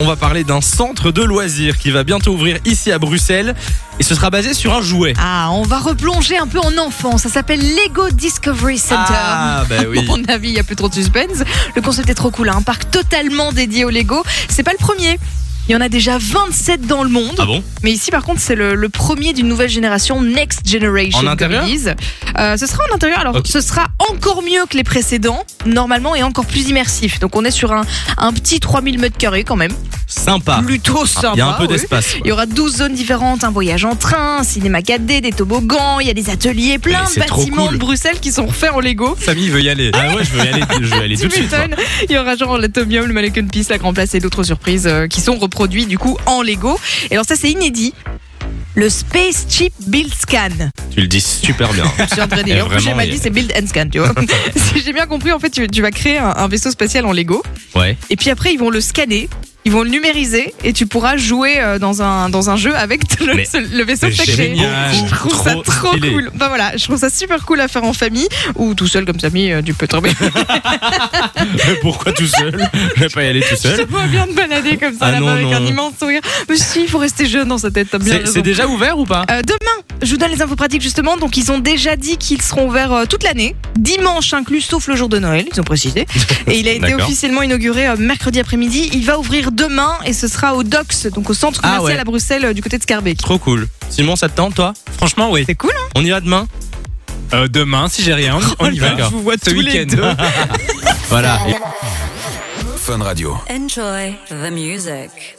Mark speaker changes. Speaker 1: On va parler d'un centre de loisirs qui va bientôt ouvrir ici à Bruxelles et ce sera basé sur un jouet.
Speaker 2: Ah, on va replonger un peu en enfance. Ça s'appelle Lego Discovery Center.
Speaker 1: Ah, bah oui.
Speaker 2: À mon avis, il n'y a plus trop de suspense. Le concept est trop cool. hein. Un parc totalement dédié au Lego. C'est pas le premier. Il y en a déjà 27 dans le monde.
Speaker 1: Ah bon
Speaker 2: Mais ici, par contre, c'est le, le premier d'une nouvelle génération, Next Generation.
Speaker 1: En
Speaker 2: comme
Speaker 1: intérieur
Speaker 2: ils disent. Euh, Ce sera en intérieur. Alors,
Speaker 1: Ok.
Speaker 2: ce sera encore mieux que les précédents, normalement, et encore plus immersif. Donc, on est sur un, un petit 3000 mètres carrés quand même.
Speaker 1: Sympa.
Speaker 2: Plutôt sympa.
Speaker 1: Ah. Il y a un peu
Speaker 2: oui.
Speaker 1: d'espace.
Speaker 2: Il y aura 12 zones différentes, un voyage en train, un cinéma 4D, des toboggans, il y a des ateliers, plein
Speaker 1: Mais
Speaker 2: de
Speaker 1: c'est trop
Speaker 2: bâtiments
Speaker 1: cool.
Speaker 2: de Bruxelles qui sont refaits en Lego.
Speaker 1: Famille veut y aller. Ah ouais, je veux y aller, je veux y aller tout de
Speaker 2: Tu
Speaker 1: suite.
Speaker 2: m'étonnes. Il y aura genre l'Atomium, le Mannequin Peace, la Grand Place et d'autres surprises euh, qui sont reproduits du coup en Lego. Et alors ça c'est inédit. Le Space Chip Build Scan.
Speaker 1: Tu le dis super bien.
Speaker 2: Je suis en train de dire.
Speaker 1: Eh,
Speaker 2: En plus, j'ai
Speaker 1: vraiment,
Speaker 2: mal
Speaker 1: il y a-
Speaker 2: dit c'est Build and Scan, tu vois. si j'ai bien compris, en fait, tu, tu vas créer un, un vaisseau spatial en Lego.
Speaker 1: Ouais.
Speaker 2: Et puis après, ils vont le scanner, ils vont le numériser et tu pourras jouer euh, dans un, dans un jeu avec le,
Speaker 1: Mais-
Speaker 2: le vaisseau
Speaker 1: mais
Speaker 2: que t'as créé.
Speaker 1: génial.
Speaker 2: Je trouve ça
Speaker 1: Trop
Speaker 2: trop
Speaker 1: stylé.
Speaker 2: cool. Bah voilà, je trouve ça super cool à faire en famille ou tout seul comme Samy, euh, tu peux tomber.
Speaker 1: Mais pourquoi tout seul Je vais pas y aller tout
Speaker 2: je te
Speaker 1: seul.
Speaker 2: vois bien te balader comme ça
Speaker 1: Ah
Speaker 2: là-bas
Speaker 1: non,
Speaker 2: avec
Speaker 1: non.
Speaker 2: un immense sourire. Mais si, il faut rester jeune dans sa tête, t'as bien
Speaker 1: C'est
Speaker 2: raison.
Speaker 1: c'est déjà ouvert ou pas
Speaker 2: Euh, demain, je vous donne les infos pratiques justement. Donc, ils ont déjà dit qu'ils seront ouverts euh, toute l'année, dimanche inclus, sauf le jour de Noël, ils ont précisé. Et il a été
Speaker 1: D'accord.
Speaker 2: officiellement inauguré euh, mercredi après-midi. Il va ouvrir demain et ce sera au DOCS, donc au centre
Speaker 1: Ah
Speaker 2: commercial
Speaker 1: ouais.
Speaker 2: à Bruxelles, euh, du côté de Scarbeck.
Speaker 1: Trop cool. Simon, ça te tente toi Franchement, oui.
Speaker 2: C'est cool, hein
Speaker 1: On y va demain Oh,
Speaker 3: Euh, demain, si j'ai rien, on y va.
Speaker 1: D'accord.
Speaker 3: Je vous vois ce
Speaker 1: Tous les
Speaker 3: week-end.
Speaker 1: deux. Voilà.
Speaker 4: Fun Radio.
Speaker 5: Enjoy the music.